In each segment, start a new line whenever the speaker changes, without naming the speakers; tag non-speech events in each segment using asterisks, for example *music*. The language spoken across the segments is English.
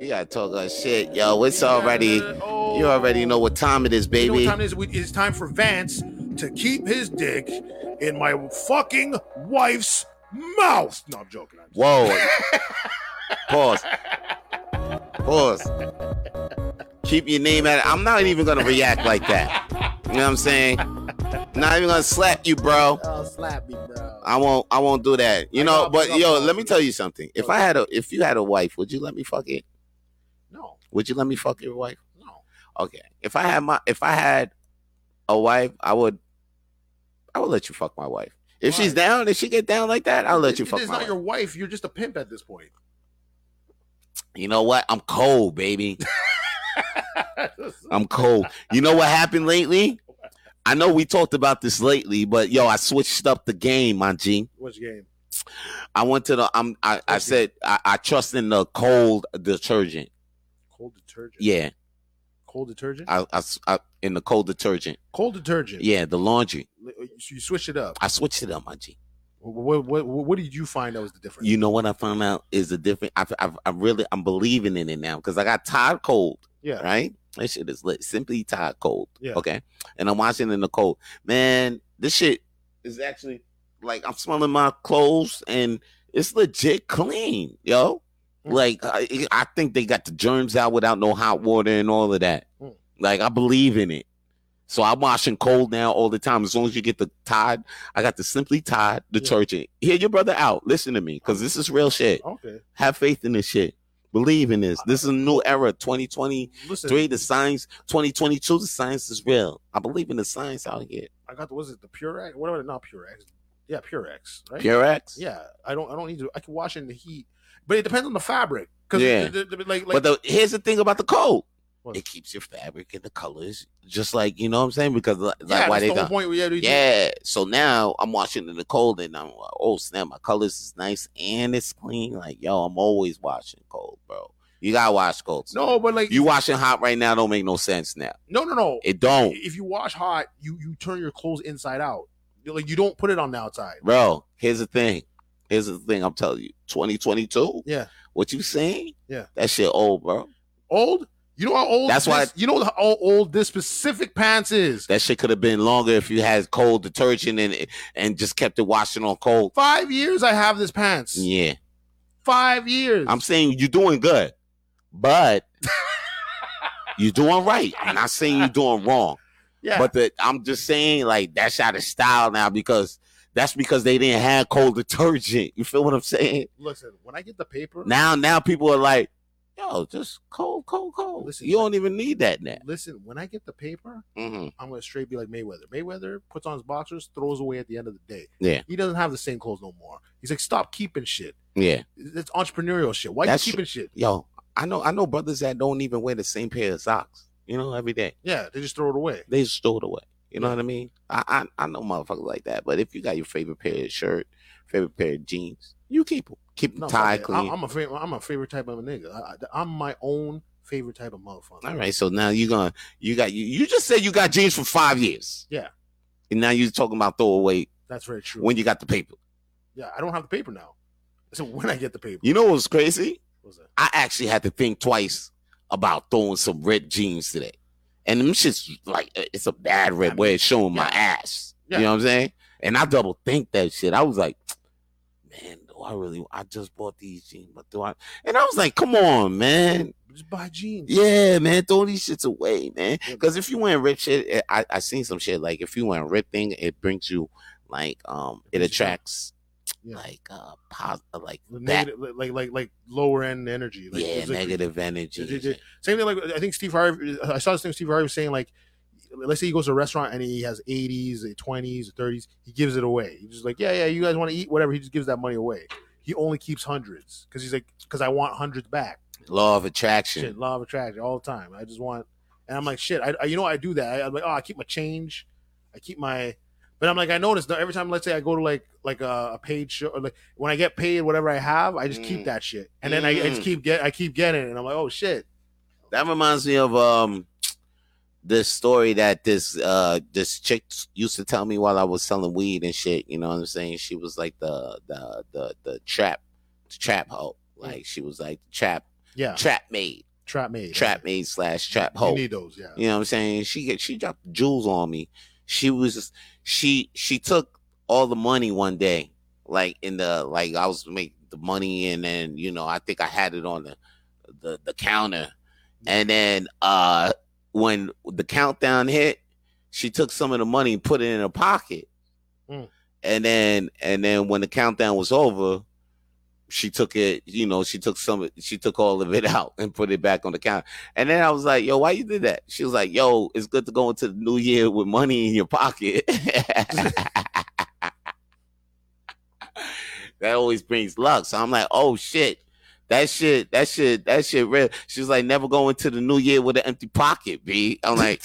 You gotta talk our shit, yo. It's already, you already know what time it is,
You know
baby.
what time it is? We- It's time for Vance to keep his dick in my fucking wife's mouth. No, I'm joking. I'm
Whoa. Pause. Pause. Keep your name out. I'm not even gonna react like that. You know what I'm saying? Not even gonna slap you, bro.
Oh, slap me, bro.
I won't. I won't do that. You
I
know.
got- I
But
got-
yo, let me tell you something. If I had a, if you had a wife, would you let me fuck it?
No,
Would you let me fuck your wife?
no.
Okay. If I had my, if I had a wife, I would, I would let you fuck my wife. If she's
Why?
down, if she get down like that, I'll let you
It-
fuck
It is
my
not
wife.
your wife. You're just a pimp at this point. *laughs*
You know what? I'm cold, baby. I'm cold. You know what happened lately? I know we talked about this lately, but yo, I switched up the game, my G.
Which game?
I went to the I'm I, I
Okay.
said I, I trust in the cold detergent.
Cold detergent.
Yeah.
Cold detergent.
I, I, s- I- in the cold detergent.
Cold detergent.
Yeah, the laundry.
Li- So you switch it up.
I switched it up, my G.
What, what, what did you find that was the difference?
You know what I found out is the different I I I really I'm believing in it now because I got tired cold.
yeah.
right? That shit is lit. Simply Todd Cold.
Yeah.
Okay. And I'm watching in the cold. Man, this shit is actually like I'm smelling my clothes and it's legit clean, yo.
Mm.
Like I, I think they got the germs out without no hot water and all of that.
Mm.
Like I believe in it. So I'm washing cold now all the time. As long as you get the Tide, I got the Simply Tide detergent. Hear your brother out. Listen to me, because this is real shit.
Okay.
Have faith in this shit. Believe in this. This is a new era. 2020
Listen.
Three, the science, 2022, the science is real. I believe in the science out here.
I got the was it the Purex? What about it? Not Purex. Yeah, Purex. Right.
Purex?
Yeah. I don't. I don't need to. I can wash it in the heat, but it depends on the fabric. Cause
Yeah.
the- the- the- like,
but
like
the, here's the thing about the coat.
What?
It keeps your fabric and the colors, just like you know what I'm saying. Because like
yeah, that's
why they
the whole
done.
point. Yeah. they do-
Yeah. So now I'm washing in the cold, and I'm like, oh snap, my colors is nice and it's clean. Like yo, I'm always washing cold, bro. You gotta wash cold.
No, but like
you washing hot right now don't make no sense now.
No, no, no.
It don't,
if you wash hot, you you turn your clothes inside out. You're Like you don't put it on the outside.
bro. Here's the thing. Here's the thing. I'm telling you, 2022.
Yeah.
What you saying?
Yeah.
That shit old, bro.
Old. You know how old.
That's
this,
why-
You know how old this specific pants is.
That shit could have been longer if you had cold detergent and and just kept it washing on cold.
Five years I have this pants.
Yeah.
Five years.
I'm saying you're doing good,
*laughs*
but you're doing right. I'm not saying you're doing wrong.
yeah.
But the, I'm just saying like that's out of style now because that's because they didn't have cold detergent. You feel what I'm saying?
listen, when I get the paper,
Now now people are like, yo, just cold, cold, cold.
Listen,
you don't even need that now.
listen, when I get the paper,
hmm
I'm gonna straight be like Mayweather. Mayweather puts on his boxers, throws away at the end of the day.
Yeah.
He doesn't have the same clothes no more. He's like, stop keeping shit.
Yeah.
It's entrepreneurial shit. Why
That's
you keeping shit?
Yo, I know I know brothers that don't even wear the same pair of socks, you know, every day.
Yeah, they just throw it away.
they just throw it away. You know what I mean? I, I I know motherfuckers like that, but if you got your favorite pair of shirt, favorite pair of jeans, you keep them. Keep them
No,
tied
fuck that.
clean.
I, am a favorite. I'm a favorite type of a nigga. I, am my own favorite type of motherfucker.
All right, so now you gonna you got you, you just said you got jeans for five years.
Yeah.
And now you talking about throw away
that's very true.
when you got the paper.
yeah, I don't have the paper now. *laughs* So when I get the paper,
You know what's crazy?
What was that?
I actually had to think twice about throwing some red jeans today. And them shit's like uh, it's a bad red
I
where it's showing my
yeah.
ass.
Yeah.
You know what I'm saying? And I double think that shit. I was like, man, do I really I just bought these jeans, but do I and I was like, come on, man.
just buy jeans.
Yeah, man, throw these shits away, man.
Yeah.
Cause if you wearing ripped shit, eh, I I seen some shit like if you wearing ripped thing, it brings you like um
It
it
brings you down.
attracts
Yeah.
like uh pos- like
The
that
negative, like like like lower end energy. Like,
yeah,
it's like-
negative energy.
J- j- Same thing. Like I think Steve Harvey. I saw this thing. Steve Harvey was saying like, let's say he goes to a restaurant and he has 80s, 20s, 30s. He gives it away. He's just like, yeah, yeah. You guys want to eat whatever. He just gives that money away. He only keeps hundreds because he's like, because I want hundreds back.
Law of attraction.
Shit, law of attraction all the time. I just want, and I'm like, shit. I, I you know I do that. I, am like, oh, I keep my change. I keep my, but I'm like, I notice that every time. Let's say I go to like like a, a paid show, or like when I get paid, whatever I have, I just
Mm.
keep that shit, and then I, I just
Mm.
keep get, I keep getting, it, and I'm like, oh shit.
That reminds me of um this story that this uh this chick used to tell me while I was selling weed and shit. You know what I'm saying? She was like the the the the trap the trap hoe. Like she was like trap
Yeah,
Trap maid,
trap made.
trap maid slash trap
You
hoe.
need those. Yeah.
You know what I'm saying? She get she dropped jewels on me. She was she she took all the money one day, like in the like I was make the money and then you know I think I had it on the the, the counter, and then uh when the countdown hit, she took some of the money and put it in her pocket,
Mm.
and then and then when the countdown was over. She took it, you know. She took some. She took all of it *laughs* out and put it back on the counter. And then I was like, yo, why you did that? She was like, yo, it's good to go into the new year with money in your pocket. *laughs* that always brings luck. So I'm like, oh shit. That shit, that shit, that shit real. She was like, never go into the new year with an empty pocket, B. I'm like,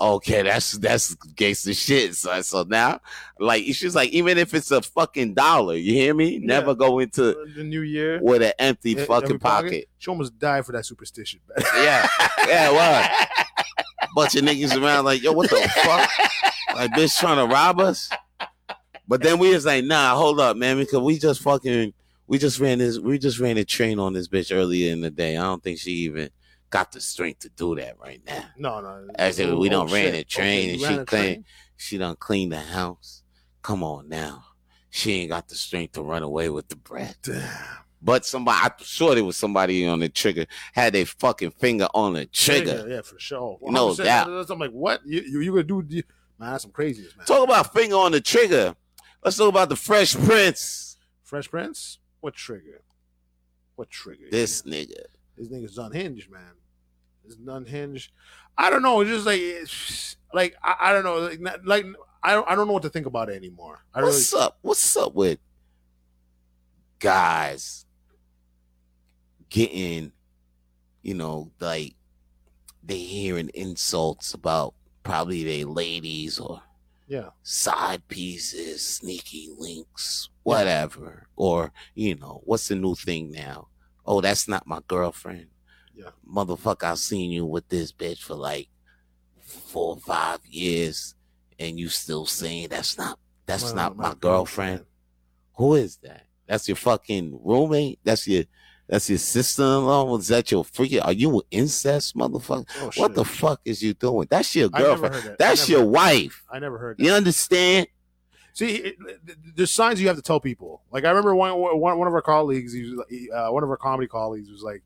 okay, that's that's gangster shit. So, so now, like, she's like, even if it's a fucking dollar, you hear me? Never go into
The new year.
*laughs* with an empty
Yeah,
fucking
every
pocket.
She almost died for that superstition. man. *laughs*
Yeah, yeah, it was. Bunch of niggas around like, yo, what the fuck? Like, bitch trying to rob us. But then we was like, nah, hold up, man, because we just fucking, we just ran this, we just ran a train on this bitch earlier in the day. I don't think she even got the strength to do that right now.
no, no.
I said, we done ran
shit.
a train
you
and she
ran a
claimed- She done cleaned the house. Come on now, she ain't got the strength to run away with the bread.
train?
But somebody, I'm sure there was somebody on the trigger had their fucking finger on the trigger.
Yeah, for sure.
No
100%.
doubt.
I'm like, what? You you, you gonna do? You, man, that's some craziness, man.
Talk about finger on the trigger. Let's talk about the Fresh Prince.
Fresh Prince. What trigger? What trigger?
This nigga.
This nigga's unhinged, man. It's unhinged. I don't know. It's just like, it's, like I, I don't know. Like, not- like I don't, I don't know what to think about it anymore. I really,
What's up? What's up with guys getting, you know, like they hearing insults about probably their ladies or
yeah,
side pieces, sneaky links, whatever. Or, you know, what's the new thing now? Oh, that's not my girlfriend.
Yeah.
Motherfucker, I've seen you with this bitch for like four or five years and you still saying that's not that's
Well,
not my, girlfriend. Who is that? That's your fucking roommate? That's your that's your sister in law? Is that your freaking are you an incest motherfucker?
Oh,
What the
shit.
fuck is you doing? That's your
I never
girlfriend.
heard that.
That's
I never,
your wife.
I never heard that.
You understand?
See, it, there's signs you have to tell people. Like I remember one one, one of our colleagues, he was, like- he, uh, one of our comedy colleagues, was like,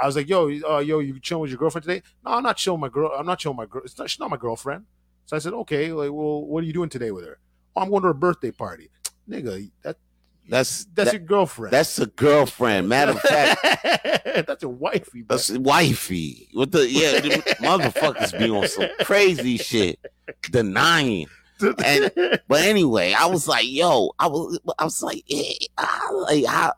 I was like, "Yo, uh, yo, you chilling with your girlfriend today?" No, I'm not chilling with my girl. I'm not chilling with my girl. It's not, she's not my girlfriend. So I said, "Okay, like, well, what are you doing today with her?" Oh, I'm going to her birthday party, nigga. That
That's
that's
that-
your girlfriend. *laughs*
That's a girlfriend. Matter of fact,
that's your wifey. bro.
that's wifey. What the yeah, the motherfuckers be on some crazy shit, denying. and- But anyway, I was like, yo, I was, I was like, eh, I, like, how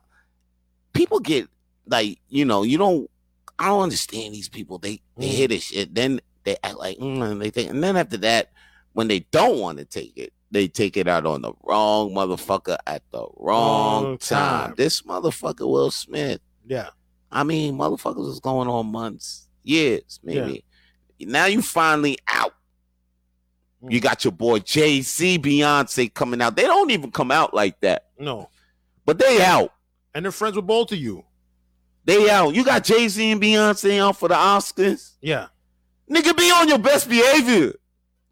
people get like, you know, you don't. I don't understand these people. They they
Mm.
hear this shit, then they act like mm, and they think, and then after that, when they don't want to take it, they take it out on the wrong motherfucker at the wrong
Wrong
time.
time.
This motherfucker Will Smith.
*laughs* yeah,
I mean, motherfuckers was going on months, years, maybe. Now you finally out.
Mm.
You got your boy Jay Z, Beyonce coming out. They don't even come out like that,
no,
but they out.
and they're friends with both of you.
They out. You got Jay Z and Beyonce out for the Oscars.
Yeah,
Nigga, be on your best behavior,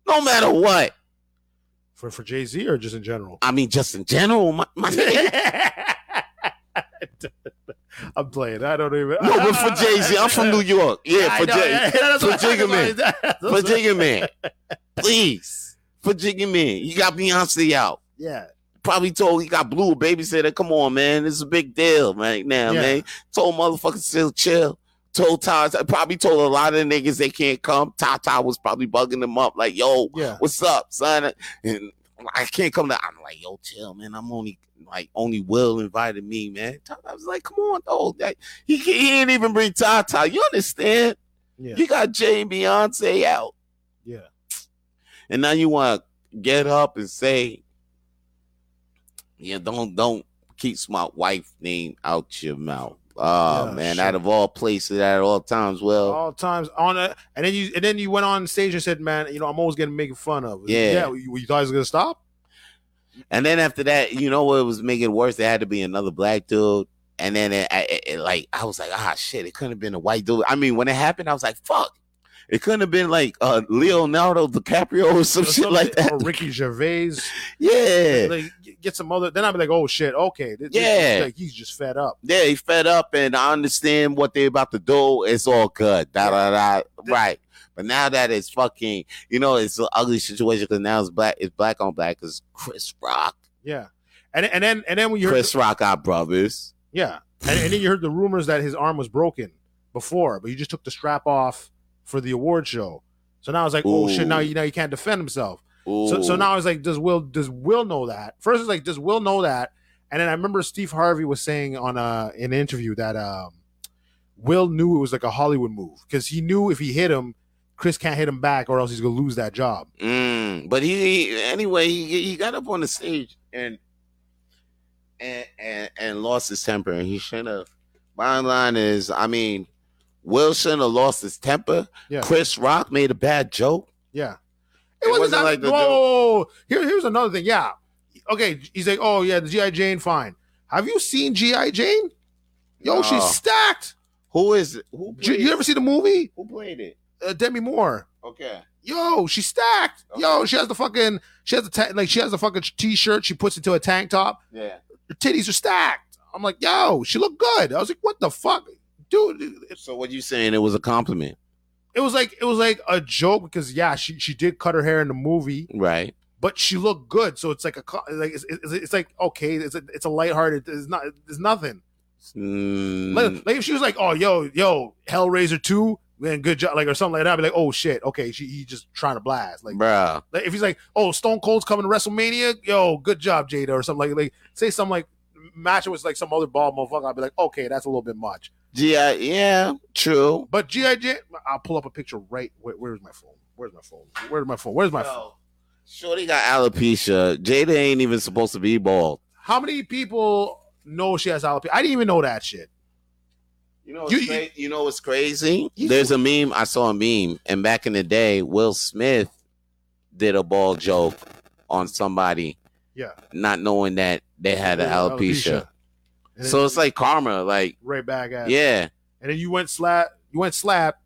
no matter what.
for for Jay Z or just in general.
I mean, just in general, my, my nigga.
*laughs* I'm playing. I don't even.
No, but for Jay Z, I'm from New York. Yeah,
*laughs* I
for
know,
Jay,
yeah, *laughs* that's
for
what I'm
Jigga
talking about.
for Jigga Man, please, for Jigga Man. You got Beyonce out.
Yeah,
probably told he got blue a babysitter. Come on, man, this is a big deal right now,
Yeah.
man. Told motherfuckers to chill. Told Taj, I probably told a lot of the niggas they can't come. Tata was probably bugging them up, like, yo,
yeah,
what's up, son? And I can't come to. I'm like, yo, chill, man. I'm only like only Will invited me, man. Tata was like, come on, though. Like, he can't, he didn't even bring Tata. You understand?
yeah,
You got Jay and Beyonce out
yeah.
and now you want to get up and say, "Yeah, don't don't keep my wife name out your mouth." Oh
Yeah,
man,
sure. Oh.
out of all places, at all times, well,
All times on a, and then you and then you went on stage and said, "Man, you know, I'm always getting making fun of."
Yeah.
yeah. You, you thought it was gonna stop?
and then after that, you know what was making it worse? There had to be another black dude And then it, I- it- it, like I was like, ah, shit, it couldn't have been a white dude. I mean, when it happened, I was like, fuck, it couldn't have been like uh, Leonardo DiCaprio or *laughs* some
Or Oh.
shit like
something,
that.
Or Ricky Gervais.
Yeah,
Like, get some other. Then I'd be like, oh shit, okay. This- this-
Yeah.
like he's just fed up.
yeah, he fed up, and I understand what they about to do. It's all good, da da da. Right, but now that it's fucking, you know, it's an ugly situation because now it's black, it's black on black because Chris Rock,
Yeah. And and then and then when you heard,
Chris Rock are brothers.
yeah, and, and then you heard the rumors that his arm was broken before, but you just took the strap off for the award show. So now it's like, oh shit, now
Ooh.
you now he can't defend himself. So,
Ooh.
so now I was like, does Will does Will know that? First, it's like, does Will know that? And then I remember Steve Harvey was saying on uh in an interview that um, Will knew it was like a Hollywood move because he knew if he hit him, Chris can't hit him back, or else he's gonna lose that job.
Mm, but he, he- anyway, he, he got up on the stage and and and, and lost his temper, and he shouldn't have. Bottom line is, I mean, Will shouldn't have lost his temper.
Yeah.
Chris Rock made a bad joke.
Yeah,
It wasn't
that-
like the
whoa, whoa, whoa. Here, here's another thing. Yeah, okay, he's like, oh yeah, the GI Jane, fine. Have you seen GI Jane? Yo,
No.
she's stacked.
Who is it? Who
J-
played,
you ever see the movie
who played it?
uh, Demi Moore?
Okay.
Yo, she's stacked. Yo, she has the fucking, she has the ta- like, she has the fucking t-shirt. She puts into a tank top.
Yeah.
Her titties are stacked. I'm like, yo, she looked good. I was like, what the fuck, dude? It-
So what you saying? It was a compliment,
It was like, it was like a joke because yeah, she she did cut her hair in the movie,
right? but
but she looked good. So it's like a, co- like it's, it's, it's like okay, it's a, it's a lighthearted. It's not, it's nothing.
Mm,
Like, like if she was like, oh, yo, yo, Hellraiser two, man, good job, like or something like that. I'd be like, oh shit, okay, she he just trying to blast, like.
bruh.
Like if he's like, "Oh, Stone Cold's coming to WrestleMania," yo, good job, Jada, or something like like say something like match it with like some other bald motherfucker. I'd be like, okay, that's a little bit much.
Yeah, yeah, true.
But GI Jane, I'll pull up a picture right. Where, where's my phone? Where's my phone? Where's my phone? Where's my phone?
Yo, Shorty got alopecia. Jada ain't even supposed to be bald.
How many people know she has alopecia? I didn't even know that shit.
You know, what's
You-
you,
you-
you know what's crazy?
You-
There's a meme. I saw a meme, and back in the day, Will Smith did a ball joke on somebody,
Yeah.
not knowing that they had an alopecia.
And
So
then-
it's like karma. Like,
right back at. Yeah.
yeah,
And then you went slap. You went slap.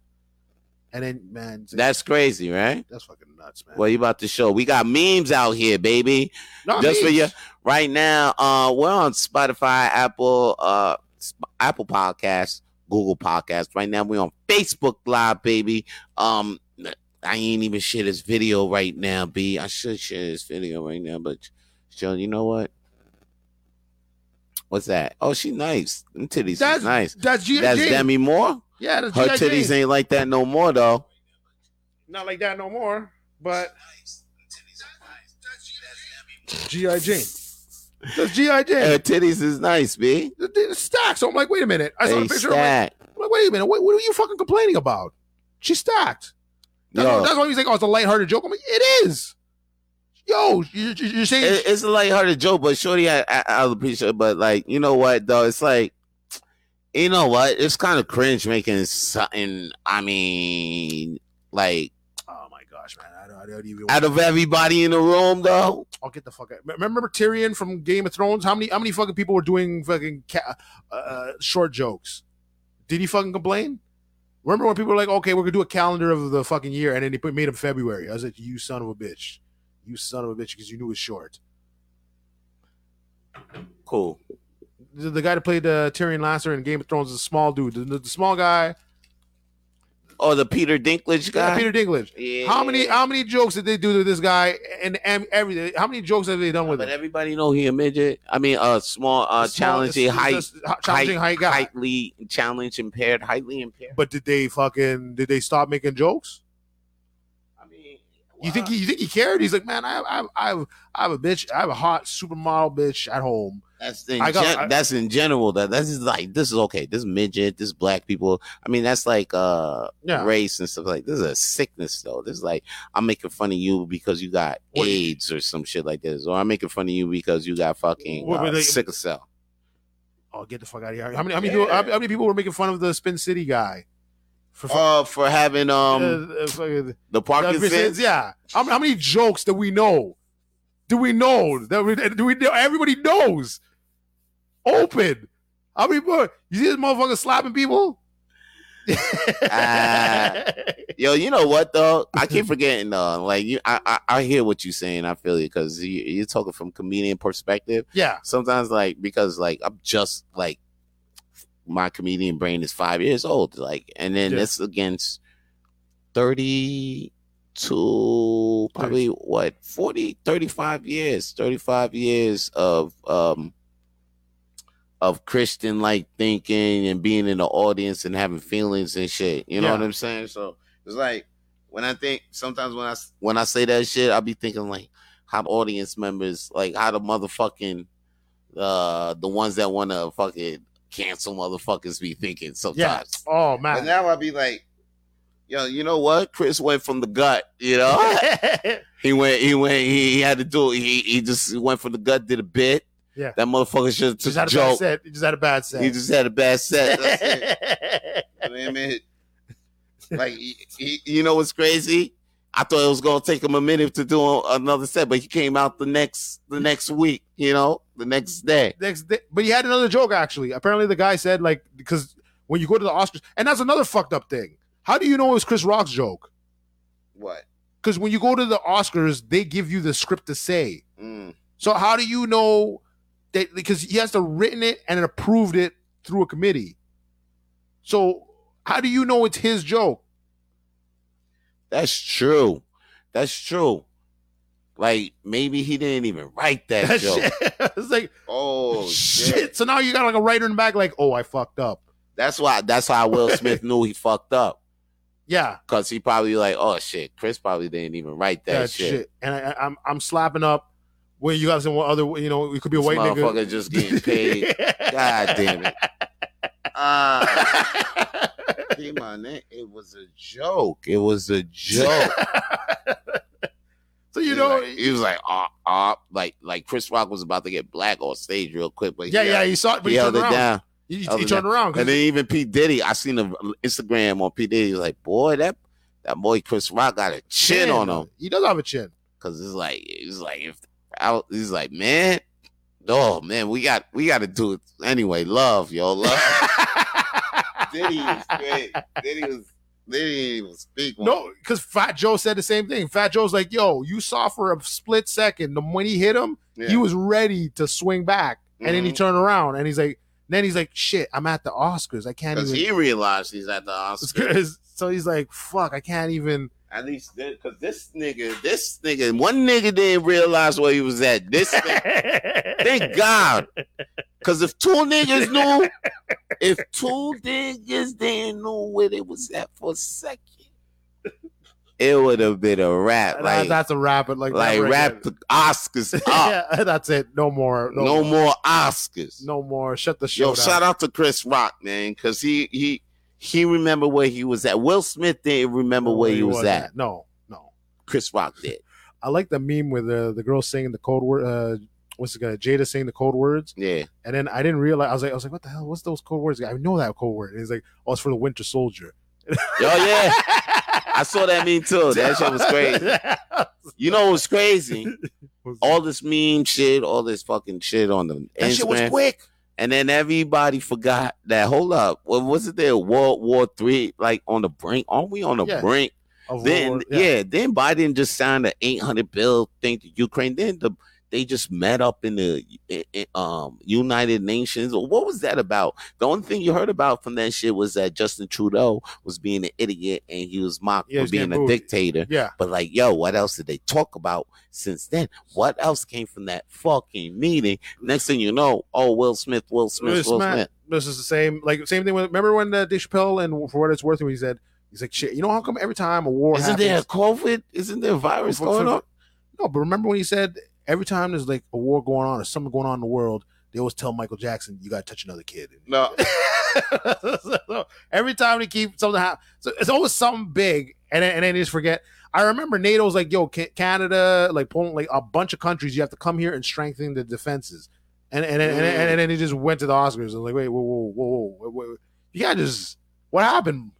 And then man, it's-
that's crazy, right?
that's fucking nuts, man.
Well, you about to show. We got memes out here, baby.
No, I
just for
mean,
you right now uh we're on spotify apple uh Sp- apple Podcasts, google Podcasts. right now we're on facebook live baby um i ain't even share this video right now b i should share this video right now but Joe, you know what what's that oh she nice them titties is
That's-
nice
That's GI
that's
Jane.
demi moore
yeah, that's
her
G.I. Jane.
titties ain't like that no more though
not like that no more. But
*laughs*
GI Jane, that's GI
her
Jane.
titties is nice b
The, the stacked. So I'm like, wait a minute. I saw
they
the picture. I'm like,
stacked
I'm like, wait a minute. What, what are you fucking complaining about? She's stacked. That's, why,
Yo.
that's why he's like, oh, it's a lighthearted joke. I'm like, it is. Yo, you, you- you're saying
it, it's a lighthearted joke, but Shorty, I, I, I'll appreciate. it, But like, you know what though? It's like, you know what? It's kind of cringe making something. I mean, like
oh my gosh, man, I don't, I don't even.
out of everybody in the room, though.
I'll get the fuck out. Remember Tyrion from Game of Thrones? How many how many fucking people were doing fucking ca- uh, short jokes? Did he fucking complain? Remember when people were like, "Okay, we're gonna do a calendar of the fucking year," and then they put made him February. I was like, "You son of a bitch, you son of a bitch," because you knew it's short.
Cool.
The, the guy that played uh, Tyrion Lannister in Game of Thrones is a small dude, the, the, the small guy,
Oh, the Peter Dinklage
Yeah,
guy.
Peter Dinklage.
Yeah.
How many how many jokes did they do to this guy and, and everything? How many jokes have they done with
But
him?
everybody know he a midget. I mean, uh, small, uh,
The small-
challenging
the- the-
height,
the challenging height guy.
heightly challenge impaired, heightly impaired.
But did they fucking did they stop making jokes?
I mean,
You think
wow.
he, you think he cared? He's like, man, I have, I have, I have, I have a bitch, I have a hot supermodel bitch at home.
That's in
I got-
gen-
I-
that's in general. That that's just like this is okay. This is midget. This is black people. I mean, that's like uh
Yeah,
race and stuff like. This is a sickness though. This is like I'm making fun of you because you got
What-
AIDS or some shit like this, or I'm making fun of you because you got fucking
What-
uh,
what they-
sickle cell.
Oh, get the fuck out of here! How many, how many, people, how, how many people were making fun of the Spin City guy? For fu-
Uh, for having um
uh, uh, fucking-
the Parkinson's.
yeah. How, many- how many jokes do we know? Do we know that we, do we know? Everybody knows. Open. I'll be bored. You see this motherfucker slapping people?
Ah. Yo, you know what though? I keep forgetting though. Like you, I, I, I hear what you're saying. I feel you because you, you're talking from comedian perspective.
*laughs* yeah.
sometimes like because like I'm just like my comedian brain is five years old, like, and then
Yeah.
this against thirty two probably what 40 35 years 35 years of um of christian like thinking and being in the audience and having feelings and shit you know
Yeah.
what i'm saying so it's like when i think sometimes when i s- when i say that shit i'll be thinking like how the audience members, like how the motherfucking uh the ones that want to fucking cancel motherfuckers be thinking sometimes.
Oh
But
man.
now I'll be like, yo, you know what? Chris went from the gut, you know? *laughs* he went, he went, he, he had to do it. He, he just went from the gut, did a bit.
Yeah.
That motherfucker should
just
have
had a
took a
bad
joke.
set. He just had a bad set.
He just had a bad set. That's it. You know what I mean? Like, he, he, you know what's crazy? I thought it was gonna take him a minute to do a- another set, but he came out the next the next week. You know, the next day.
*laughs* Next day, but he had another joke actually. Apparently, the guy said like because when you go to the Oscars, and that's another fucked up thing. How do you know it was Chris Rock's joke?
What?
Because when you go to the Oscars, they give you the script to say.
Mm.
So how do you know that? Because he has to written it and approved it through a committee. So how do you know it's his joke?
That's true. That's true. Like maybe he didn't even write that,
That
joke.
shit. *laughs* it's like
*laughs* Oh
shit.
shit!
So now you got like a writer in the back, like, oh, I fucked up.
That's why. That's how Will Smith knew he fucked up
Yeah,
because he probably like, oh shit, Chris probably didn't even write that, shit.
And I, I, I'm I'm slapping up. When you got some other, you know, it could be a
This
white nigga.
motherfucker just
*laughs*
getting paid. God damn *laughs* it! Ah. came on it, it was a joke. It was a joke.
so *laughs* you
He
know,
like- he was like, ah, ah, like, like Chris Rock was about to get black on stage real quick, but he
yeah, yeah,
held-
he saw it,
he,
but he,
held
turned
it
around.
down.
He, he
Held it
turned around. 'cause-
And then even P Diddy, I seen the Instagram on P Diddy. He was like, boy, that that boy Chris Rock got a chin on him
He does have a chin.
because it's like, it's like if I, he's like, man, oh man, we got we got to do it anyway. Love, yo,
*laughs*
love. Diddy was great. Diddy was Diddy didn't even speak. on
No, because Fat Joe said the same thing. Fat Joe's like, yo, you saw for a split second. The when he hit him,
it.
he was ready to swing back. And then he
Mhm.
turned around and he's like, then he's like, shit, I'm at the Oscars. I can't
Because
even.
he realized he's at the Oscars.
*laughs* so he's like, fuck, I can't even.
At least, because this nigga, this nigga, one nigga didn't realize where he was at. This, nigga, thank
*laughs*
God. Because if two niggas knew, if two niggas didn't know where they was at for a second, it would have been a wrap.
That-
Like,
that's a wrap. It like that
like
right
wrap the
*laughs*
Oscars
there.
up.
yeah, that's it. No more. No,
No
more.
more Oscars.
No more. Shut the show
Yo,
down.
shout out to Chris Rock, man, because he he he remembered where he was at. Will Smith didn't remember where he was at.
No, no.
Chris Rock did.
I like the meme with uh, the the girl singing the code word. Uh, what's it gonna Jada saying the code words,
Yeah.
and then I didn't realize. I was like, I was like, what the hell? What's those code words? I know that code word. And he's like, oh, it's for the Winter Soldier.
Oh yeah. *laughs* I saw that meme too. That shit was
*laughs*
crazy. You know what's crazy? All this meme shit, all this fucking shit on the
that shit was
Instagram.
quick.
and then everybody forgot that. Hold up, what was it? There, World War Three, like on the brink. Aren't we on the
Yeah.
brink?
Of
Then,
World
yeah. Then Biden just signed an eight hundred bill thing to Ukraine. Then the they just met up in the i- i- um United Nations. Or What was that about? The only thing you heard about from that shit was that Justin Trudeau was being an idiot and he was mocked
Yeah, he
for
was
being
getting
a
booed.
dictator.
yeah,
But like, yo, what else did they talk about since then? What else came from that fucking meeting? Next thing you know, oh, Will Smith, Will Smith,
Will
Will
Smith.
Smith.
This is the same, like same thing. With, remember when uh, Dave Chappelle and for what it's worth, when he said, he's like, shit. You know how come every time a war
Isn't
happens,
there a COVID? Isn't there a virus
For-
going
for-
on?
No, but remember when he said every time there's like a war going on or something going on in the world, they always tell Michael Jackson, "You got to touch another kid."
No.
*laughs* So, every time they keep something happen, so it's always something big, and then, and then they just forget. I remember NATO's like, "Yo, Ca- Canada, like Poland, like a bunch of countries, you have to come here and strengthen the defenses." And and and, and, and, then he just went to the Oscars and like, "Wait, whoa, whoa, whoa, whoa, wait, wait. you got just what happened?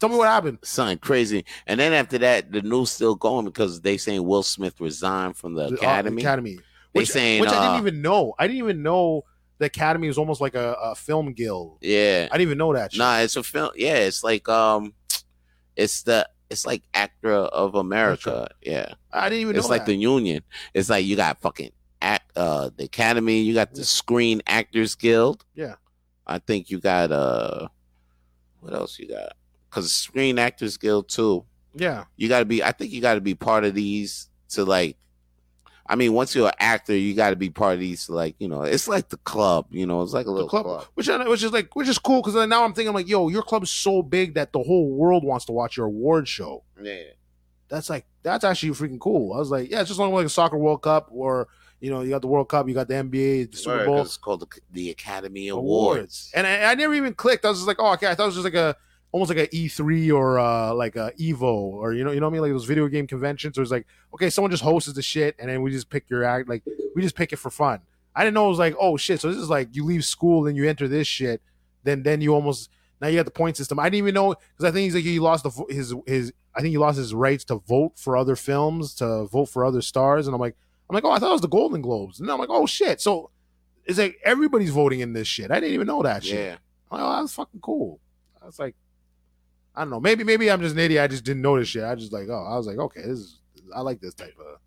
Tell me what happened."
Something crazy. And then after that, the news still going because they saying Will Smith resigned from the
The- uh,
academy.
Academy.
They
Which-
saying
which I
uh,
didn't even know. I didn't even know the Academy is almost like a, a film guild.
Yeah.
I didn't even know that. shit.
Nah, it's a film. Yeah, it's like um, it's the it's like ACTRA of America. Yeah,
I didn't even
it's
know
like
that.
the union. It's like you got fucking act uh the Academy. You got the
Yeah.
Screen Actors Guild.
Yeah.
I think you got uh, what else you got? Because Screen Actors Guild too.
yeah,
You got to be. I think you got to be part of these to like. I mean, once you're an actor, you got to be part of these. To like, you know, it's like the club. You know, it's like a
the
little
club,
club.
which I, which is like which is cool because now I'm thinking like, yo, your club's so big that the whole world wants to watch your award show.
Yeah.
that's like that's actually freaking cool. I was like, yeah, it's just like a soccer World Cup or you know, you got the World Cup, you got the NBA, the Super
Word, 'cause
Bowl
It's called the, the Academy
awards,
Awards.
and I, I never even clicked. I was just like, oh, okay, I thought it was just like a almost like a E three or uh, like a Evo or you know, you know what I mean, like those video game conventions. Where it's like, okay, someone just hosts the shit, and then we just pick your act, like we just pick it for fun. I didn't know it was like, oh shit, so this is like you leave school, then you enter this shit, then then you almost now you got the point system. I didn't even know because I think he's like he lost the, vo- his his I think he lost his rights to vote for other films, to vote for other stars, and I'm like, I'm like, oh, I thought it was the Golden Globes, and I'm like, oh shit, so. It's like everybody's voting in this shit. I didn't even know that shit.
Yeah.
I'm like, oh, that was fucking cool. I was like, I don't know. Maybe maybe I'm just an idiot. I just didn't know this shit. I just like, oh, I was like, okay, this is I like this type of.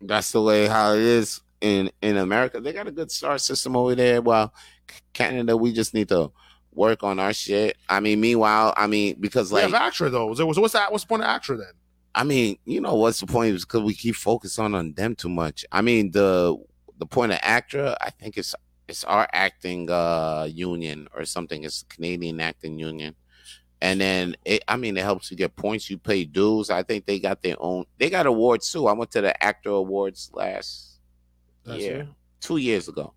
That's the way how it is in in America. They got a good star system over there. Well, C- Canada, we just need to work on our shit. I mean, meanwhile, I mean, because
Like,
like,
they have Actra though. So what's that? What's the point of Actra then?
I mean, you know what's the point? Is because we keep focusing on, on them too much. I mean, the the point of ACTRA, I think it's it's our acting uh union or something. It's the Canadian Acting Union. And then it, I mean, it helps you get points. You pay dues. I think they got their own. They got awards too. I went to the Actor Awards last Yeah.
it.
two years ago.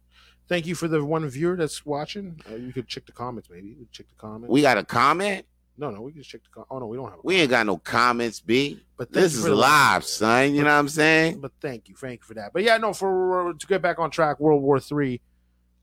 Thank you for the one viewer that's watching. Uh, you could check the comments, maybe. You could check the comments.
We got a comment.
no, no, we can check the. Com- oh no, we don't have. A
We ain't got no comments, B.
but thank
This
you
is
for the-
live, son. You know what I'm saying?
But thank you, thank you for that. But yeah, no, for to get back on track, World War Three.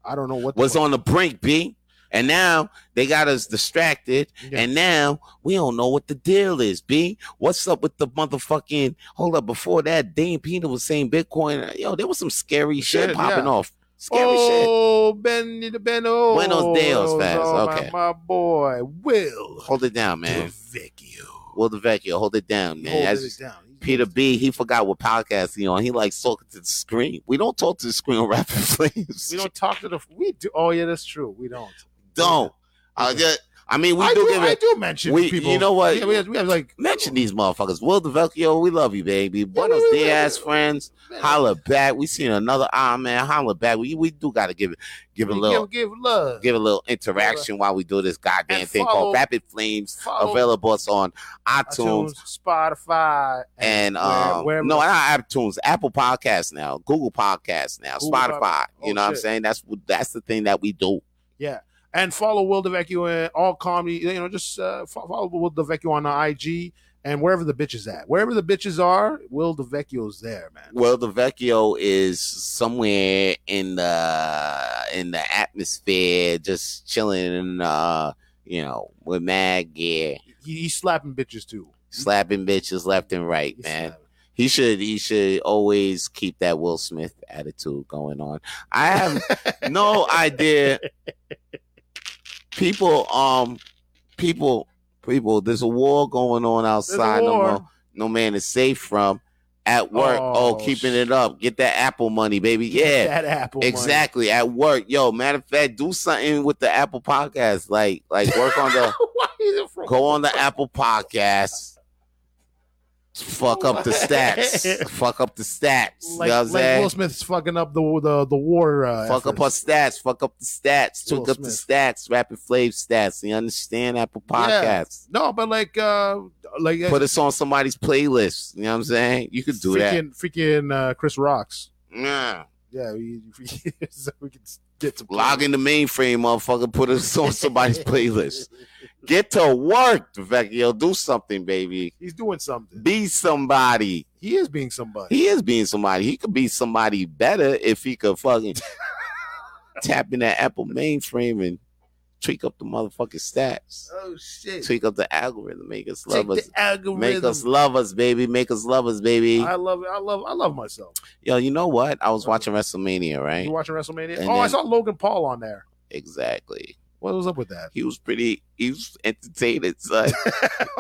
I don't know what the
Was
fuck-
on the brink, B. And now they got us distracted
Yeah.
And now we don't know what the deal is, B. What's up with the motherfucking hold up? Before that, Dame Peter was saying Bitcoin. Yo, there was some scary shit,
Shit,
popping
yeah.
off. Scary shit.
Oh, Benny the Ben. Oh,
Buenos dias, Faz.
oh, my-
Okay.
My, boy, Will.
Hold it down, man.
Vecchio.
Will the Vecchio, hold it down, man. As
it down. He's-
Peter B, he forgot what podcast he on. He likes talking to the screen. We don't talk to the screen on *laughs* Rapid Flames.
We don't talk to the. We do. Oh yeah, that's true. We don't.
*laughs* Don't. I just- I mean, we
I
do,
do.
give
I
it.
do mention
We,
people.
you know what?
Yeah, we have, we have like oh,
Mention these motherfuckers. Will the Vecchio, we love you, baby. Buenos
we- we-
dias, friends.
man,
holla back. We seen another ah man, holla back. We, we do gotta give it give
we
a little
give, give love.
give a little interaction while we do this goddamn
And
thing
follow-
called Rapid Flames.
Follow
Available us on iTunes,
iTunes, Spotify,
and
where-
um
wherever-
no not iTunes, Apple Podcasts now, Google Podcasts now,
Google
Spotify.
Pod- oh,
you know what I'm
shit.
saying? That's what- that's the thing that we do.
Yeah. And follow Will DeVecchio and all comedy. You know, just uh, fo- follow Will DeVecchio on the IG and wherever the bitch is at. Wherever the bitches are, Will DeVecchio's there, man.
Well, the Vecchio is somewhere in the in the atmosphere, just chilling in uh, you know, with mad gear.
He, he's slapping bitches too.
slapping bitches left and right,
He's
man.
slapping.
He should he should always keep that Will Smith attitude going on. I have no idea. People, um, people, people. There's a war going on
*laughs* There's a
outside. No,
war.
mo- no man is safe from. At work, oh,
Oh,
keeping
sh-
it up. Get that Apple money, baby. Yeah,
That apple. money. *laughs*
exactly. At work, yo. Matter of fact, do something with the Apple podcast. Like, like work on the
Why is it from?
go on the Apple Podcast. Fuck up the
*laughs*
stats. Fuck up the stats.
Like,
you know what I'm
like
saying?
Will Smith's fucking up the the the war. Uh,
Fuck up our
efforts.
stats. Fuck up the stats.
Will
Took up the
Smith.
stats. Rapid Flave stats. You understand? Apple
Yeah.
Podcasts.
No, but like uh like
Put us on somebody's playlist. You know what I'm saying? You could do that.
freaking, Freaking uh, Chris Rocks.
Yeah.
Yeah, we, *laughs* we, so we can get some
Log
*laughs*
in the mainframe, motherfucker. Put us on somebody's playlist. Get to work, Vecchio. Do something, baby.
He's doing something.
Be somebody.
He is being somebody.
he is being somebody. He could be somebody
*laughs*
better if he could fucking tap in that Apple mainframe and tweak up the motherfucking stats,
Oh shit!
tweak up the algorithm, make us
Check
love
the
us,
algorithm.
make us love us, baby, make us love us, baby.
I love it. I love. I love myself.
Yo, you know what? I was watching WrestleMania, right?
You watching WrestleMania?
And
oh, I
then-
saw Logan Paul on there.
Exactly.
What was up with that? *laughs*
He was pretty. He was entertaining, son. *laughs*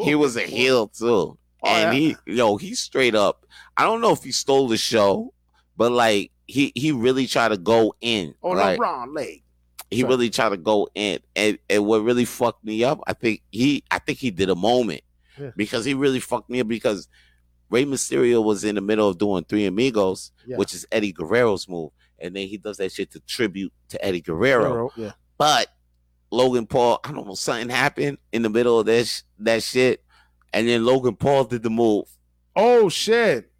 he was a heel too,
Oh,
and
yeah.
he, yo, he straight up. I don't know if he stole the show, but like he he really tried to go in.
Oh,
like,
that wrong leg.
he
Sorry.
really tried to go in and and what really fucked me up i think he i think he did a moment
Yeah.
because he really fucked me up because Rey Mysterio was in the middle of doing Three Amigos,
Yeah.
which is Eddie Guerrero's move, and then he does that shit to tribute to Eddie Guerrero.
Yeah.
But Logan Paul, I don't know, something happened in the middle of that sh- that shit, and then Logan Paul did the move
Oh shit!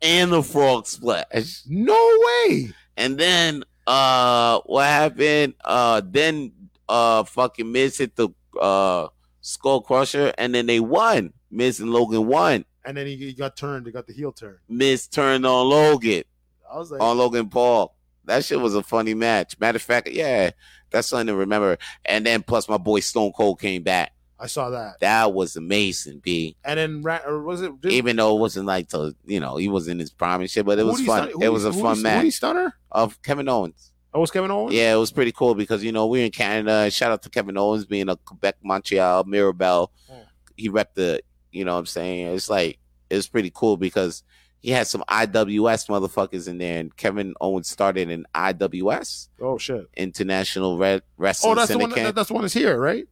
and the frog splash.
No way!
And then uh what happened? Uh then uh fucking Miz hit the uh skull crusher and then they won. Miz and Logan won.
And then he, he got turned. He got the heel turn.
Miz turned on Logan,
I was like,
on Logan Paul. That shit was a funny match. Matter of fact, yeah, that's something to remember. And then plus my boy Stone Cold came back.
I saw that.
That was amazing, B.
And then Ra- or was it? did-
Even though it wasn't like to you know, he was in his prime and shit, but it
who
was
did he
fun.
stun- who
it
did-
was a
who
fun
did- Who did he
match
stunner?
of Kevin Owens.
Oh, was Kevin Owens?
Yeah, it was pretty cool because you know we're in Canada. and Shout out to Kevin Owens being a Quebec, Montreal, Mirabel.
Yeah.
He repped the, you know, what I'm saying it's like it's pretty cool because he had some IWS motherfuckers in there, and Kevin Owens started an IWS
Oh shit!
International Red Wrestling
Oh, that's the one.
Syndicate.
That, that's the one that's here, right?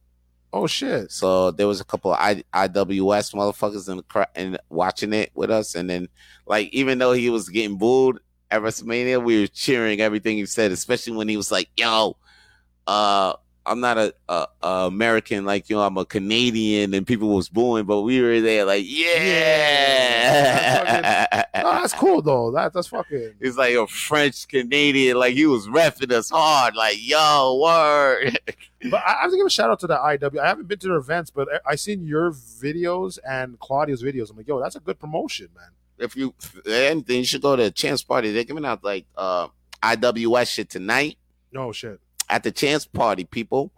*laughs*
Oh shit!
so there was a couple of I, IWS motherfuckers in the cra- and watching it with us, and then like even though he was getting booed at WrestleMania, we were cheering everything he said, especially when he was like, "Yo, uh, I'm not a, a, a American like you, I'm a Canadian," and people was booing, but we were there like, *laughs*
Yeah.
"Yeah."
No, Oh, that's cool though. That that's
*laughs*
fucking.
He's like a French Canadian, like he was reffing us hard, like yo, word.
But I I have to give a shout out to the IW. I haven't been to their events, but I, I seen your videos and Claudio's videos. I'm like, yo, that's a good promotion, man.
if you if anything, you should go to Chance Party. They're giving out like uh IWS shit tonight
No Oh, shit.
at the Chance Party, people.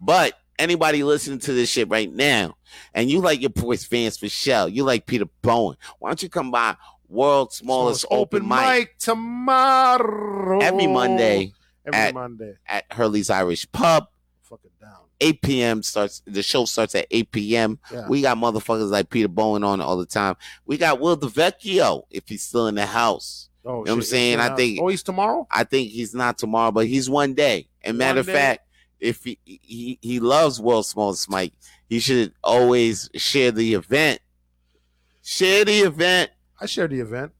But anybody listening to this shit right now, and you like your boys Vance Michelle, you like Peter Bowen, why don't you come by World's Smallest, Open, mic, Oh.
tomorrow.
every Monday
Every
at-
Monday.
at Hurley's Irish Pub?
Fucking down.
8 p.m. starts. The show starts at 8 p.m.
Yeah.
We got motherfuckers like Peter Bowen on all the time. We got Will DeVecchio if he's still in the house.
Oh,
what I'm
shit.
saying? I think-
Oh, he's tomorrow.
I think he's not tomorrow, but he's one day. And matter
One
of
day.
fact, if he, he he loves World Smallest Mike, he should always share the event. Share the event.
I shared the event.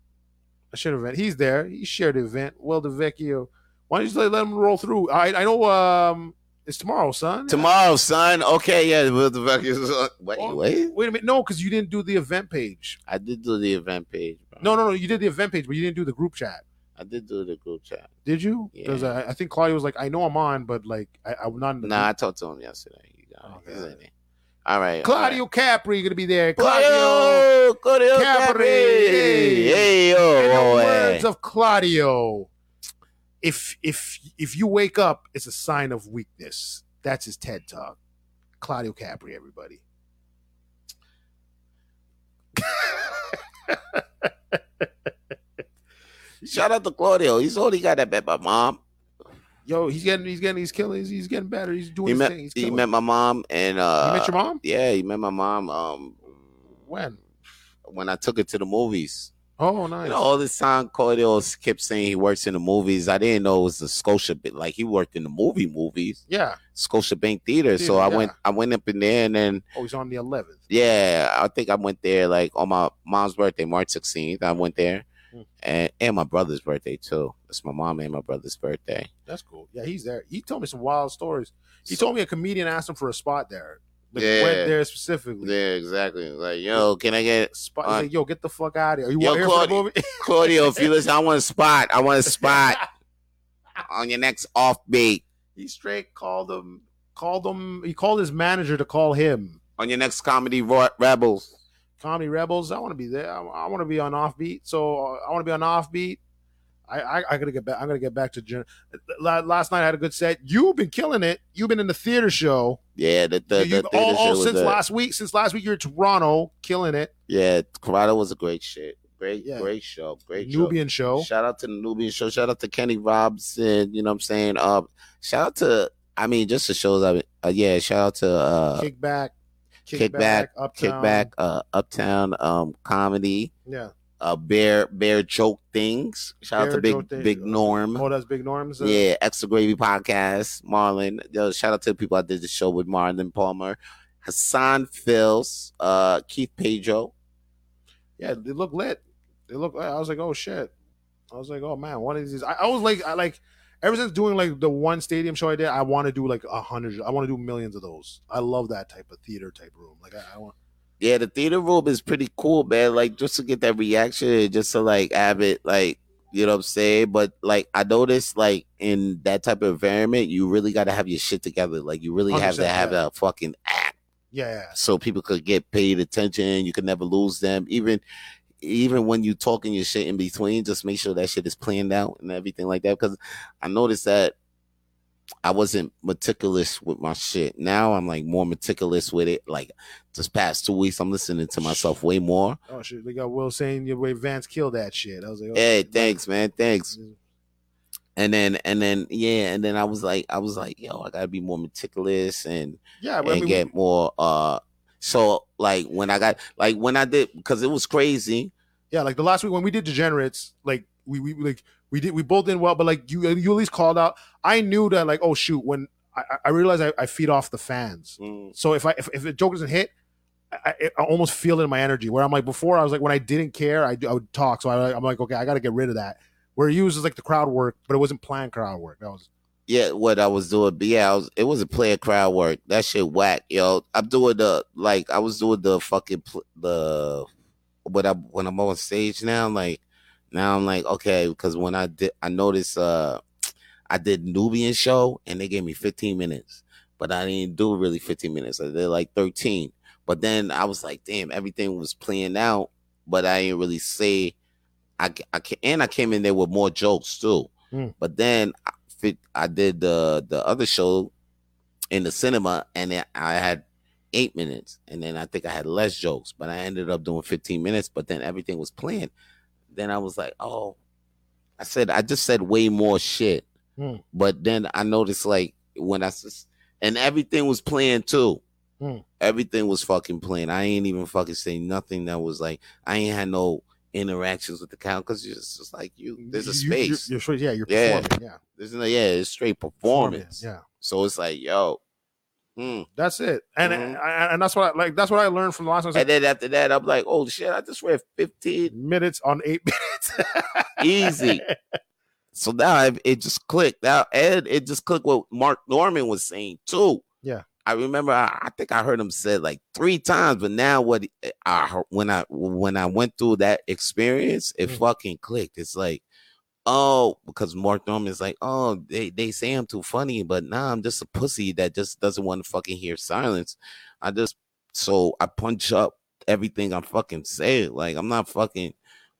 I shared the event. He's there. He shared the event. Well, DeVecchio. Why don't you just let, let him roll through? I I know. Um, it's tomorrow, son.
Tomorrow, son. Okay, yeah. Will the fuck is wait,
Oh,
wait.
Wait a minute. No, because you didn't do the event page.
I did do the event page, bro.
No, no, no. You did the event page, but you didn't do the group chat.
I did do the group chat.
Did you?
Yeah.
Because I, I think Claudia was like, I know I'm on, but like I, I'm not. In the
Nah, I
group."
talked to him yesterday. He got
Oh,
it. He's
God.
in it. All right.
Claudio Capri gonna be there.
all right.
Claudio.
Claudio, Claudio Capri.
Capri.
Hey,
In the
yo, boy.
words of Claudio, if if if you wake up, it's a sign of weakness. That's his TED talk. Claudio Capri, everybody.
Shout out to Claudio. He's only got that bet by mom.
Yo, he's getting, he's getting, he's killing, he's, he's getting better. He's doing
he
his
met,
thing. He's
he
killing.
met my mom and uh
you met your mom?
yeah he met my mom um
When?
when i took her to the movies
Oh, nice.
you know all this time cordell kept saying he works in the movies i didn't know it was the scotia bit like he worked in the movie movies
yeah.
scotia bank theater so
Theater,
i
yeah.
went i went up in there and then
Oh, he's on the 11th.
yeah i think i went there like on my mom's birthday march 16th i went there
Mm.
and and my brother's birthday too it's my mom and my brother's birthday
That's cool. Yeah, he's there. He told me some wild stories. He told me a comedian asked him for a spot there. Like,
Yeah.
Went there specifically.
yeah exactly like yo can i get
Spot.
Uh,
He's like, yo, get the fuck out of here. You
Yo,
want here for the
Claudio,
movie?
Claudio, if you listen, I want a spot. I want a spot on your next off beat,
he straight called him. Called him. He called his manager to call him.
on your next comedy Ro- rebels.
Comedy Rebels. I want to be there. I, want to be on Offbeat. So uh, I want to be on Offbeat. I, I, I gotta get back. I'm gonna get back to gen- La- last night. I had a good set. You've been killing it. You've been in the theater show.
Yeah, the, the,
You've
the
all,
theater show
all
was
since
a-
last week. Since last week, you're in Toronto, killing it.
Yeah, Corrado was a great shit. Great,
Yeah.
great show. Great show.
Nubian show.
Shout out to the Nubian show. Shout out to Kenny Robson. You know what I'm saying? Uh, shout out to I mean just the shows. I mean, uh, yeah. Shout out to uh,
kickback,
Kickback,
Uptown.
Kickback, uh, Uptown um, Comedy,
Yeah.
uh, Bear Bear Joke Things. Shout out
Bear
to
Joke
Big
Things.
Big Norm.
Oh, that's Big Norm's. uh,
yeah, Extra Gravy Podcast, Marlon. Yo, shout out to the people I did the show with Marlon Palmer, Hassan Phils, uh, Keith Pedro.
yeah, they look lit. They look. I was like, oh shit. I was like, oh man, one of these. I, I was like, I like ever since doing like the one stadium show I did, I want to do like a hundred. I want to do millions of those. I love that type of theater type room. Like I, I want.
Yeah, the theater room is pretty cool, man. Like just to get that reaction, and just to like have it, like you know what I'm saying. But like I noticed, like in that type of environment, you really got to have your shit together. Like you really have to
100%,
have
yeah.
a fucking act,
Yeah, yeah.
so people could get paid attention. You could never lose them, even even when you talking your shit in between. Just make sure that shit is planned out and everything like that. Because I noticed that I wasn't meticulous with my shit. Now I'm like more meticulous with it. Like this past two weeks, I'm listening to myself way more.
Oh shit, they got Will saying your way Vance killed that shit. I was like, oh,
Hey,
shit.
thanks, man. Thanks. And then and then yeah, and then I was like, I was like, yo, I gotta be more meticulous and
Yeah, but I
and
mean,
get more uh so like when I got like when I did because it was crazy.
yeah, like the last week when we did Degenerates, like we we like we did we both did well, but like you you at least called out. I knew that like oh shoot when I I- I realized I, I feed off the fans. So if I if, if a joke doesn't hit, I, I, I almost feel it in my energy. Where I'm like before, I was like when I didn't care, I, I would talk. So I, I'm like, okay, I got to get rid of that. Where you was like the crowd work, but it wasn't planned crowd work. That was
Yeah, what I was doing, but yeah, I was, it was a player crowd work. That shit whack, yo. I'm doing the like I was doing the fucking pl- the when I when I'm on stage now, like now I'm like okay because when I did I noticed uh I did Nubian show and they gave me 15 minutes, but I didn't do really 15 minutes. I did like 13, but then I was like, damn, everything was playing out, but I didn't really say I ca- I can and I came in there with more jokes too,
Mm.
but then I, fit, I did the the other show in the cinema and then I had eight minutes and then I think I had less jokes, but I ended up doing 15 minutes, but then everything was planned. Then I was like, oh, I said I just said way more shit.
Hmm.
But then I noticed like when I s- and everything was planned too.
Hmm.
Everything was fucking planned. I ain't even fucking say nothing that was like I ain't had no interactions with the count because it's just like you. There's a
you- you-
space.
You're, you're, yeah, you're
Yeah.
performing. Yeah,
There's no yeah. It's straight performance.
Yeah.
So it's like yo. Hmm.
That's it, and
Mhm.
and, and that's what I like. That's what I learned from the last one.
And then after that, I'm like, oh shit! I just read 15
minutes on eight minutes. *laughs*
easy. So now I, it just clicked. Now and it just clicked what Mark Norman was saying too.
Yeah.
I remember. I, I think I heard him say it like three times, but now what I heard- when I when I went through that experience, it
Mm.
fucking clicked. It's like, oh, because Mark Norman's like, oh, they they say I'm too funny, but nah, I'm just a pussy that just doesn't want to fucking hear silence. I just so I punch up everything I'm fucking saying. Like I'm not fucking.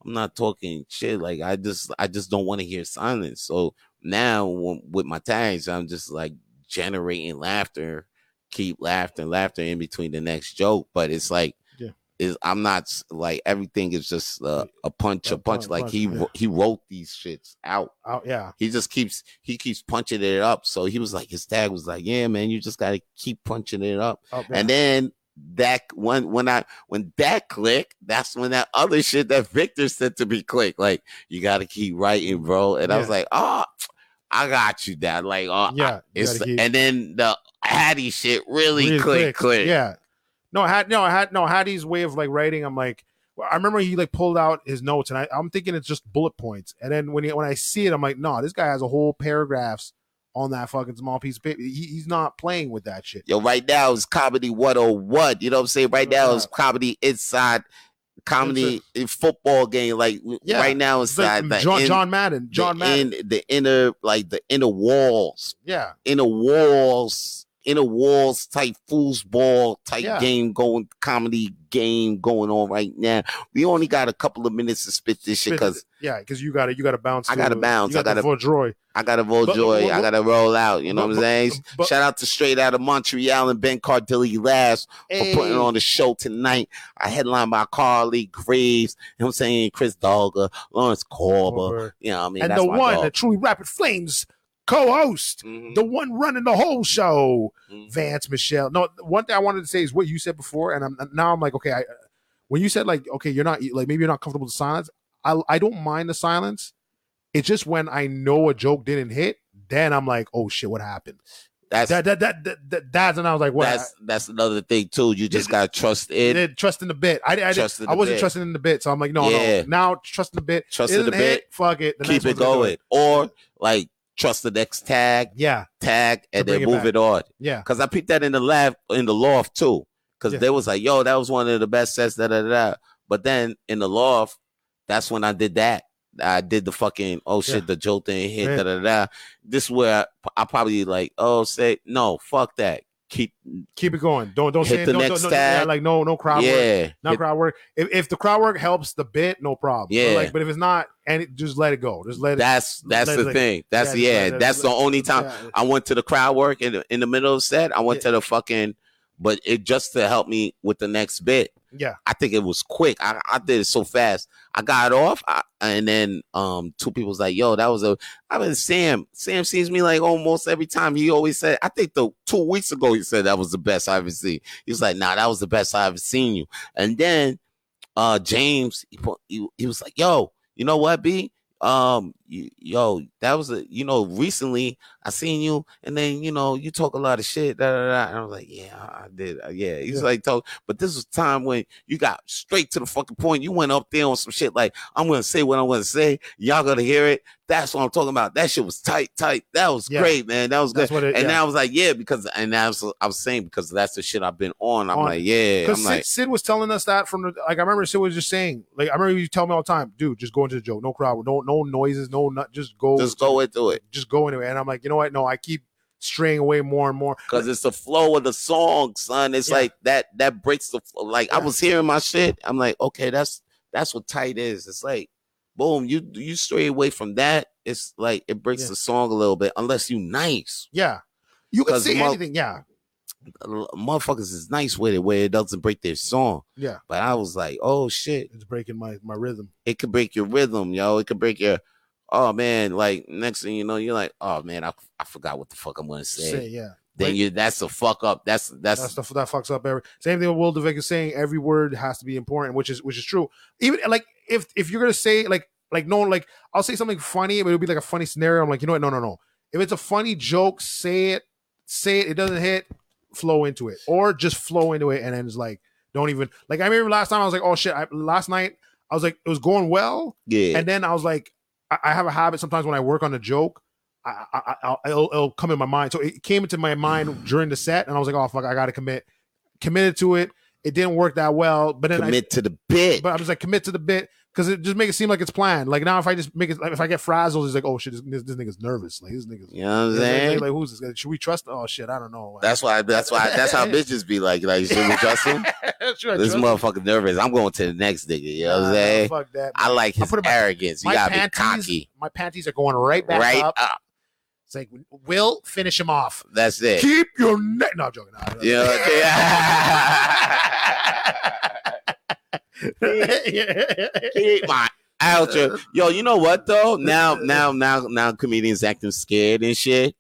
I'm not talking shit. Like I just, I just don't want to hear silence. So now w- with my tags, I'm just like generating laughter, keep laughter, laughter in between the next joke. But it's like,
Yeah.
is I'm not s- like everything is just uh, a punch, a
A
punch.
punch,
Like
punch,
he
yeah.
wr- he wrote these shits out.
oh, yeah,
He just keeps he keeps punching it up. So he was like, his tag was like, yeah, man, you just gotta keep punching it up.
oh,
And then that when when I when that clicked, that's when that other shit that Victor said to me clicked. Like you got to keep writing, bro. And I was
Yeah.
like, oh, I got you, Dad. Like, oh,
yeah, you
it's
gotta keep-
and then the Hattie shit really,
really
clicked, clicked.
Yeah, no, had no, had no Hattie's way of like writing. I'm like, well, I remember he like pulled out his notes, and I, I'm thinking it's just bullet points. And then when he, when I see it, I'm like, no, this guy has a whole paragraphs on that fucking small piece of paper. He, he's not playing with that shit.
Yo, right now it's comedy 101. You know what I'm saying? Right now it's comedy inside comedy in football game. Like w-
Yeah.
right now
It's like
inside the
John,
in-
John Madden,
the
John Madden,
in- the inner like the inner walls
yeah,
inner walls inner walls type foosball type
Yeah.
game going comedy game going on right now. We only got a couple of minutes to spit this shit because
yeah, because you got to you got to bounce.
I gotta
to-
bounce,
You
I gotta-
for Droy.
I gotta roll
But-
joy.
but-
I gotta roll out. You know
but-
what I'm
but-
saying?
but-
Shout out to Straight Out of Montreal and Ben Cardilli last for putting on the show tonight. I headline by Carly Graves. You know what I'm saying? Chris Dogger, Lawrence Corber. You know what I mean?
and
That's
the
my
one,
dog.
the truly rapid flames co-host,
Mhm,
the one running the whole show,
mhm.
Vance Michelle. No, one thing I wanted to say is what you said before, and I'm now I'm like, okay, I, when you said like, okay, you're not e, like maybe you're not comfortable with silence. I I don't mind the silence. It's just when I know a joke didn't hit, then I'm like, oh shit, what happened?
That's
That that that that, that that's and I was like, what?
that's that's another thing too. You just
Yeah,
gotta trust
I,
it.
didn't trust in the bit. I, I, didn't-
Trust in
I
the
wasn't
bit.
trusting in the bit, so I'm like, no,
Yeah.
no. Now trust in the bit.
Trust in the
Isn't
bit.
It, fuck it. the
keep
next
it
one's gonna
going,
do
or like trust the next tag,
Yeah,
tag, and
bring
then
it
move
back.
it on.
yeah,
Cause I peeped that in the lab in the loft too. Cause
Yeah.
they was like, yo, that was one of the best sets, da da da. da. But then in the loft, that's when I did that. I did the fucking oh shit,
Yeah.
the jolt thing hit,
Yeah.
da da da. This where I, I probably like, oh say no, fuck that. Keep
keep it going. Don't don't
Hit
say
the
no,
next
don't, don't,
tag.
yeah, like no no crowd work.
yeah,
No
hit-
crowd work. If, if the crowd work helps the bit, no problem.
Yeah.
But like, but if it's not, and it, just let it go. Just let it.
that's that's
let-
the
like-
thing. That's
yeah, just
yeah,
let it-
that's the
let-
only time
yeah.
I went to the crowd work in the, in the middle of set. I went
Yeah.
to the fucking, but it just to help me with the next bit.
Yeah.
I think it was quick. I, I did it so fast. I got off, I, and then um two people was like, "Yo, that was a." I mean, Sam. Sam sees me like almost every time. He always said, "I think the two weeks ago he said that was the best I ever seen." He was like, "Nah, that was the best I ever seen you." And then uh James, he put, he, he was like, "Yo, you know what, B." Um, y- yo, that was a you know recently I seen you, and then you know you talk a lot of shit. Da, da, da. And I was like, yeah, I I did. uh, Yeah, he's
Yeah.
like, talk. But this was time when you got straight to the fucking point. You went up there on some shit like, I'm gonna say what I'm gonna say. Y'all gonna hear it. That's what I'm talking about. That shit was tight, tight. That was
Yeah.
great, man. That was good.
That's what it.
And
yeah.
I was like, yeah, because and I was I was saying because that's the shit I've been on. I'm
On.
like, yeah, I'm
Because Sid,
like,
Sid was telling us that from the like I remember Sid was just saying like I remember you tell me all the time, dude, just go into the joke, no crowd, work, no no noises, no not just go,
just go into it
just go anyway. And I'm like, you know what? No, I keep straying away more and more.
because it's the flow of the song, son. It's
Yeah.
like that that breaks the flow. Like I
Yeah.
was hearing my shit. I'm like, okay, that's that's what tight is. It's like, boom, you you stray away from that. It's like it breaks
Yeah.
the song a little bit unless you nice.
Yeah, you can
'Cause
say
mo-
anything. Yeah,
motherfuckers is nice with it where it doesn't break their song.
Yeah.
But I was like, oh shit,
it's breaking my my rhythm.
it could break your rhythm, yo. It could break your, oh man, like next thing you know, you're like, oh man, I, I forgot what the fuck I'm gonna say.
Say yeah.
Then
Like-
you that's a fuck up. That's that's,
That's the that fucks up every same thing with Will DeVick is saying every word has to be important, which is which is true. Even like if if you're gonna say like like no like I'll say something funny, but it'll be like a funny scenario. I'm like, you know what? No, no, no. If it's a funny joke, say it, say it, it doesn't hit, flow into it. Or just flow into it and then it's like don't even like I remember last time I was like, oh shit, I, last night I was like it was going well,
yeah.
and then I was like, I, I have a habit sometimes when I work on a joke, I, I, I I'll- it'll, it'll come in my mind. So it came into my mind during the set, and I was like, oh fuck, I gotta commit, committed to it. It didn't work that well, but then
commit to the
I,
bit.
but I was like, commit to the bit because it just make it seem like it's planned. Like now, if I just make it, like, if I get frazzled, it's like, oh shit, this, this, this nigga's nervous. Like this nigga's,
you know what I'm
like,
saying?
like, like, who's this guy? Should we trust? Oh shit, I don't know. *laughs*
that's why that's why that's how bitches be like, like should we trust him?
Should I
this
*laughs* trust him?
motherfucker nervous. I'm going to the next nigga. You know what
Nah,
I'm saying?
Fuck that.
I like
I'll
his
put it back-
arrogance. You
my
gotta
panties-
be cocky.
My panties are going right back
Right
up.
up.
It's like, Will, finish him off.
That's it.
Keep your neck. No, I'm joking. No,
*laughs* You know what I'm saying? *laughs* Keep my outro. Yo, you know what though? Now, now, now, now, comedians acting scared and shit.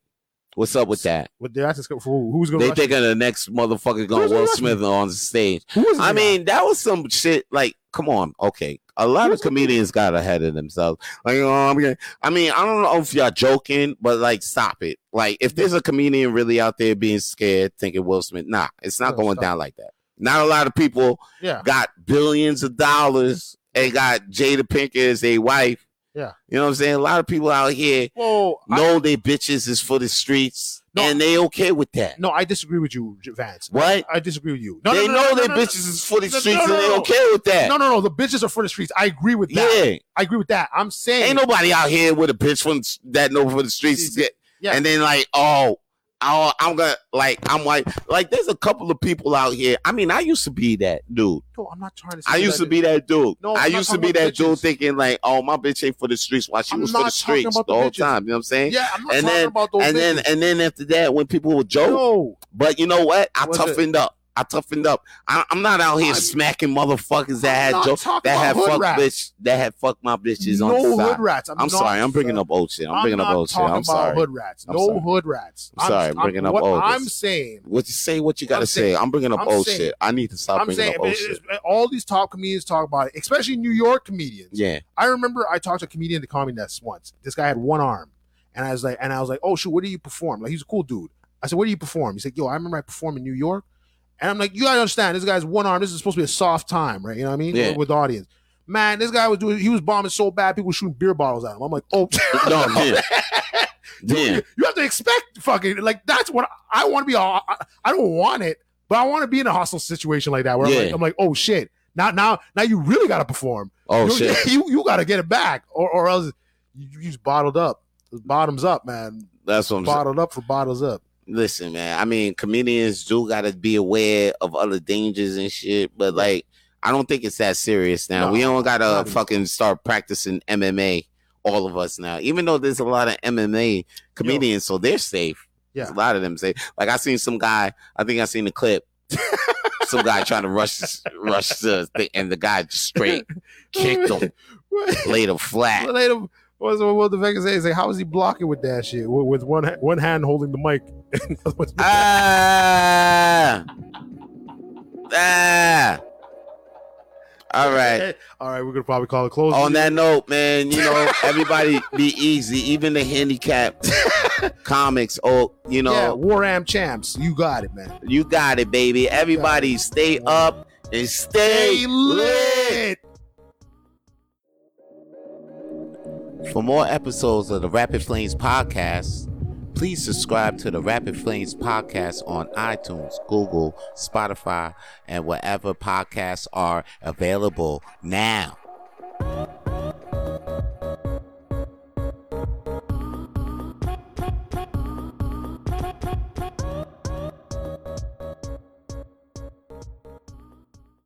What's up with that?
*laughs* But they're asking us, who- who's gonna?
They
rush
thinking the next motherfucker gonna
Who's
Will
rushing?
Smith on the stage.
you? Who is this
I
guy?
mean, that was some shit. Like, come on, okay. A lot of
Who's Will Smith?
comedians got ahead of themselves. Like, you know, I'm gonna- I mean, I don't know if y'all joking, but like, stop it. Like, if there's a comedian really out there being scared, thinking Will Smith, nah, it's not
No,
going
stop.
down like that. Not a lot of people
yeah,
got billions of dollars and got Jada Pinkett as a wife.
Yeah.
You know what I'm saying? A lot of people out here
whoa, I,
know they bitches is for the streets
No.
and they okay with that.
no, I disagree with you, J- Vance.
What?
I disagree with you. No,
they
no, no,
know
no,
they
no, no,
bitches is for the
No, no,
streets
no,
and they
no.
okay with that.
No, no, no. The bitches are for the streets. I agree with that.
yeah.
I agree with that. I'm saying,
Ain't nobody out here with a bitch from that know for the streets
Jesus.
to get.
Yeah.
And then like, oh, I'll, I'm gonna like I'm like like there's a couple of people out here. I mean, I used to be that dude.
No, I'm not trying to. Say
I used to be that dude.
No,
I
I'm not
used to
talking
be
about
that dude
bitches.
thinking like, oh, my bitch ain't for the streets. While she
I'm
was for
not
the
talking
streets the
about the
whole
bitches.
time. You know what I'm saying?
Yeah, I'm not
And
talking
then-
about those.
and then
bitches.
and then after that, when people would joke,
no,
but you know what? I
What's it?
toughened up. I toughened up. I, I'm not out here
I'm-
smacking motherfuckers that
I'm
had
not
jokes
talking
that
about
had
hood
fucked
rats.
bitch that had fucked my bitches
no
on the side.
hood rats. I'm,
I'm
not-
sorry. I'm bringing up old shit. I'm, bringing up
not
old shit.
talking
I'm
about
sorry.
Hood rats.
I'm
no
sorry.
hood rats.
I'm sorry, I'm bringing up
what
all
I'm
this.
saying.
What you say? What you gotta
I'm
say?
saying-
I'm bringing up
I'm
old
saying-
shit. I need to stop
I'm
bringing
saying
up
I
old
mean,
shit.
it's- all these top comedians talk about it, especially New York comedians.
Yeah,
I remember I talked to a comedian at the Comedy Nest once. This guy had one arm, and I was like, and I was like, oh shoot, what do you perform? Like he's a cool dude. I said, what do you perform? He said, yo, I remember I performed in New York, and I'm like, you gotta understand, this guy's one arm. This is supposed to be a soft time, right? You know what I mean?
Yeah.
With, with the audience. Man, this guy was doing. He was bombing so bad, people were shooting beer bottles at him. I'm like, oh,
*laughs* no, damn,
*laughs*
damn.
*laughs* you have to expect fucking like that's what I want to be. All, I, I don't want it, but I want to be in a hostile situation like that where
Yeah.
I'm, like, I'm like, oh shit, now now now you really got to perform.
Oh
you,
shit.
*laughs* you you got to get it back, or or else you, you just bottled up, bottoms up, man,
That's what I'm saying.
bottled up for bottles
*laughs*
up.
Listen, man. I mean, comedians do gotta be aware of other dangers and shit, but like, I don't think it's that serious now.
No,
we don't
not
gotta
even.
fucking start practicing MMA. All of us now, even though there's a lot of MMA comedians, so they're safe.
Yeah.
a lot of them safe. Like I seen some guy. I think I seen the
*laughs*
clip. some guy trying to rush rush the thing, and the guy just straight kicked him, laid him flat.
Later, what's what the fuck is that? He's like, how is he blocking with that shit? With, with one ha- one hand holding the mic. *laughs* and the other one's-
Ah. Ah. All right.
all right, we're gonna probably call it close.
On that note, man, you know, everybody be easy, even the handicapped comics. Oh, you know,
yeah, War Am champs, you got it, man.
you got it, baby. Everybody stay up and stay lit. For more episodes of the Rapid Flames podcast, please subscribe to the Rapid Flames podcast on iTunes, Google, Spotify, and wherever podcasts are available now.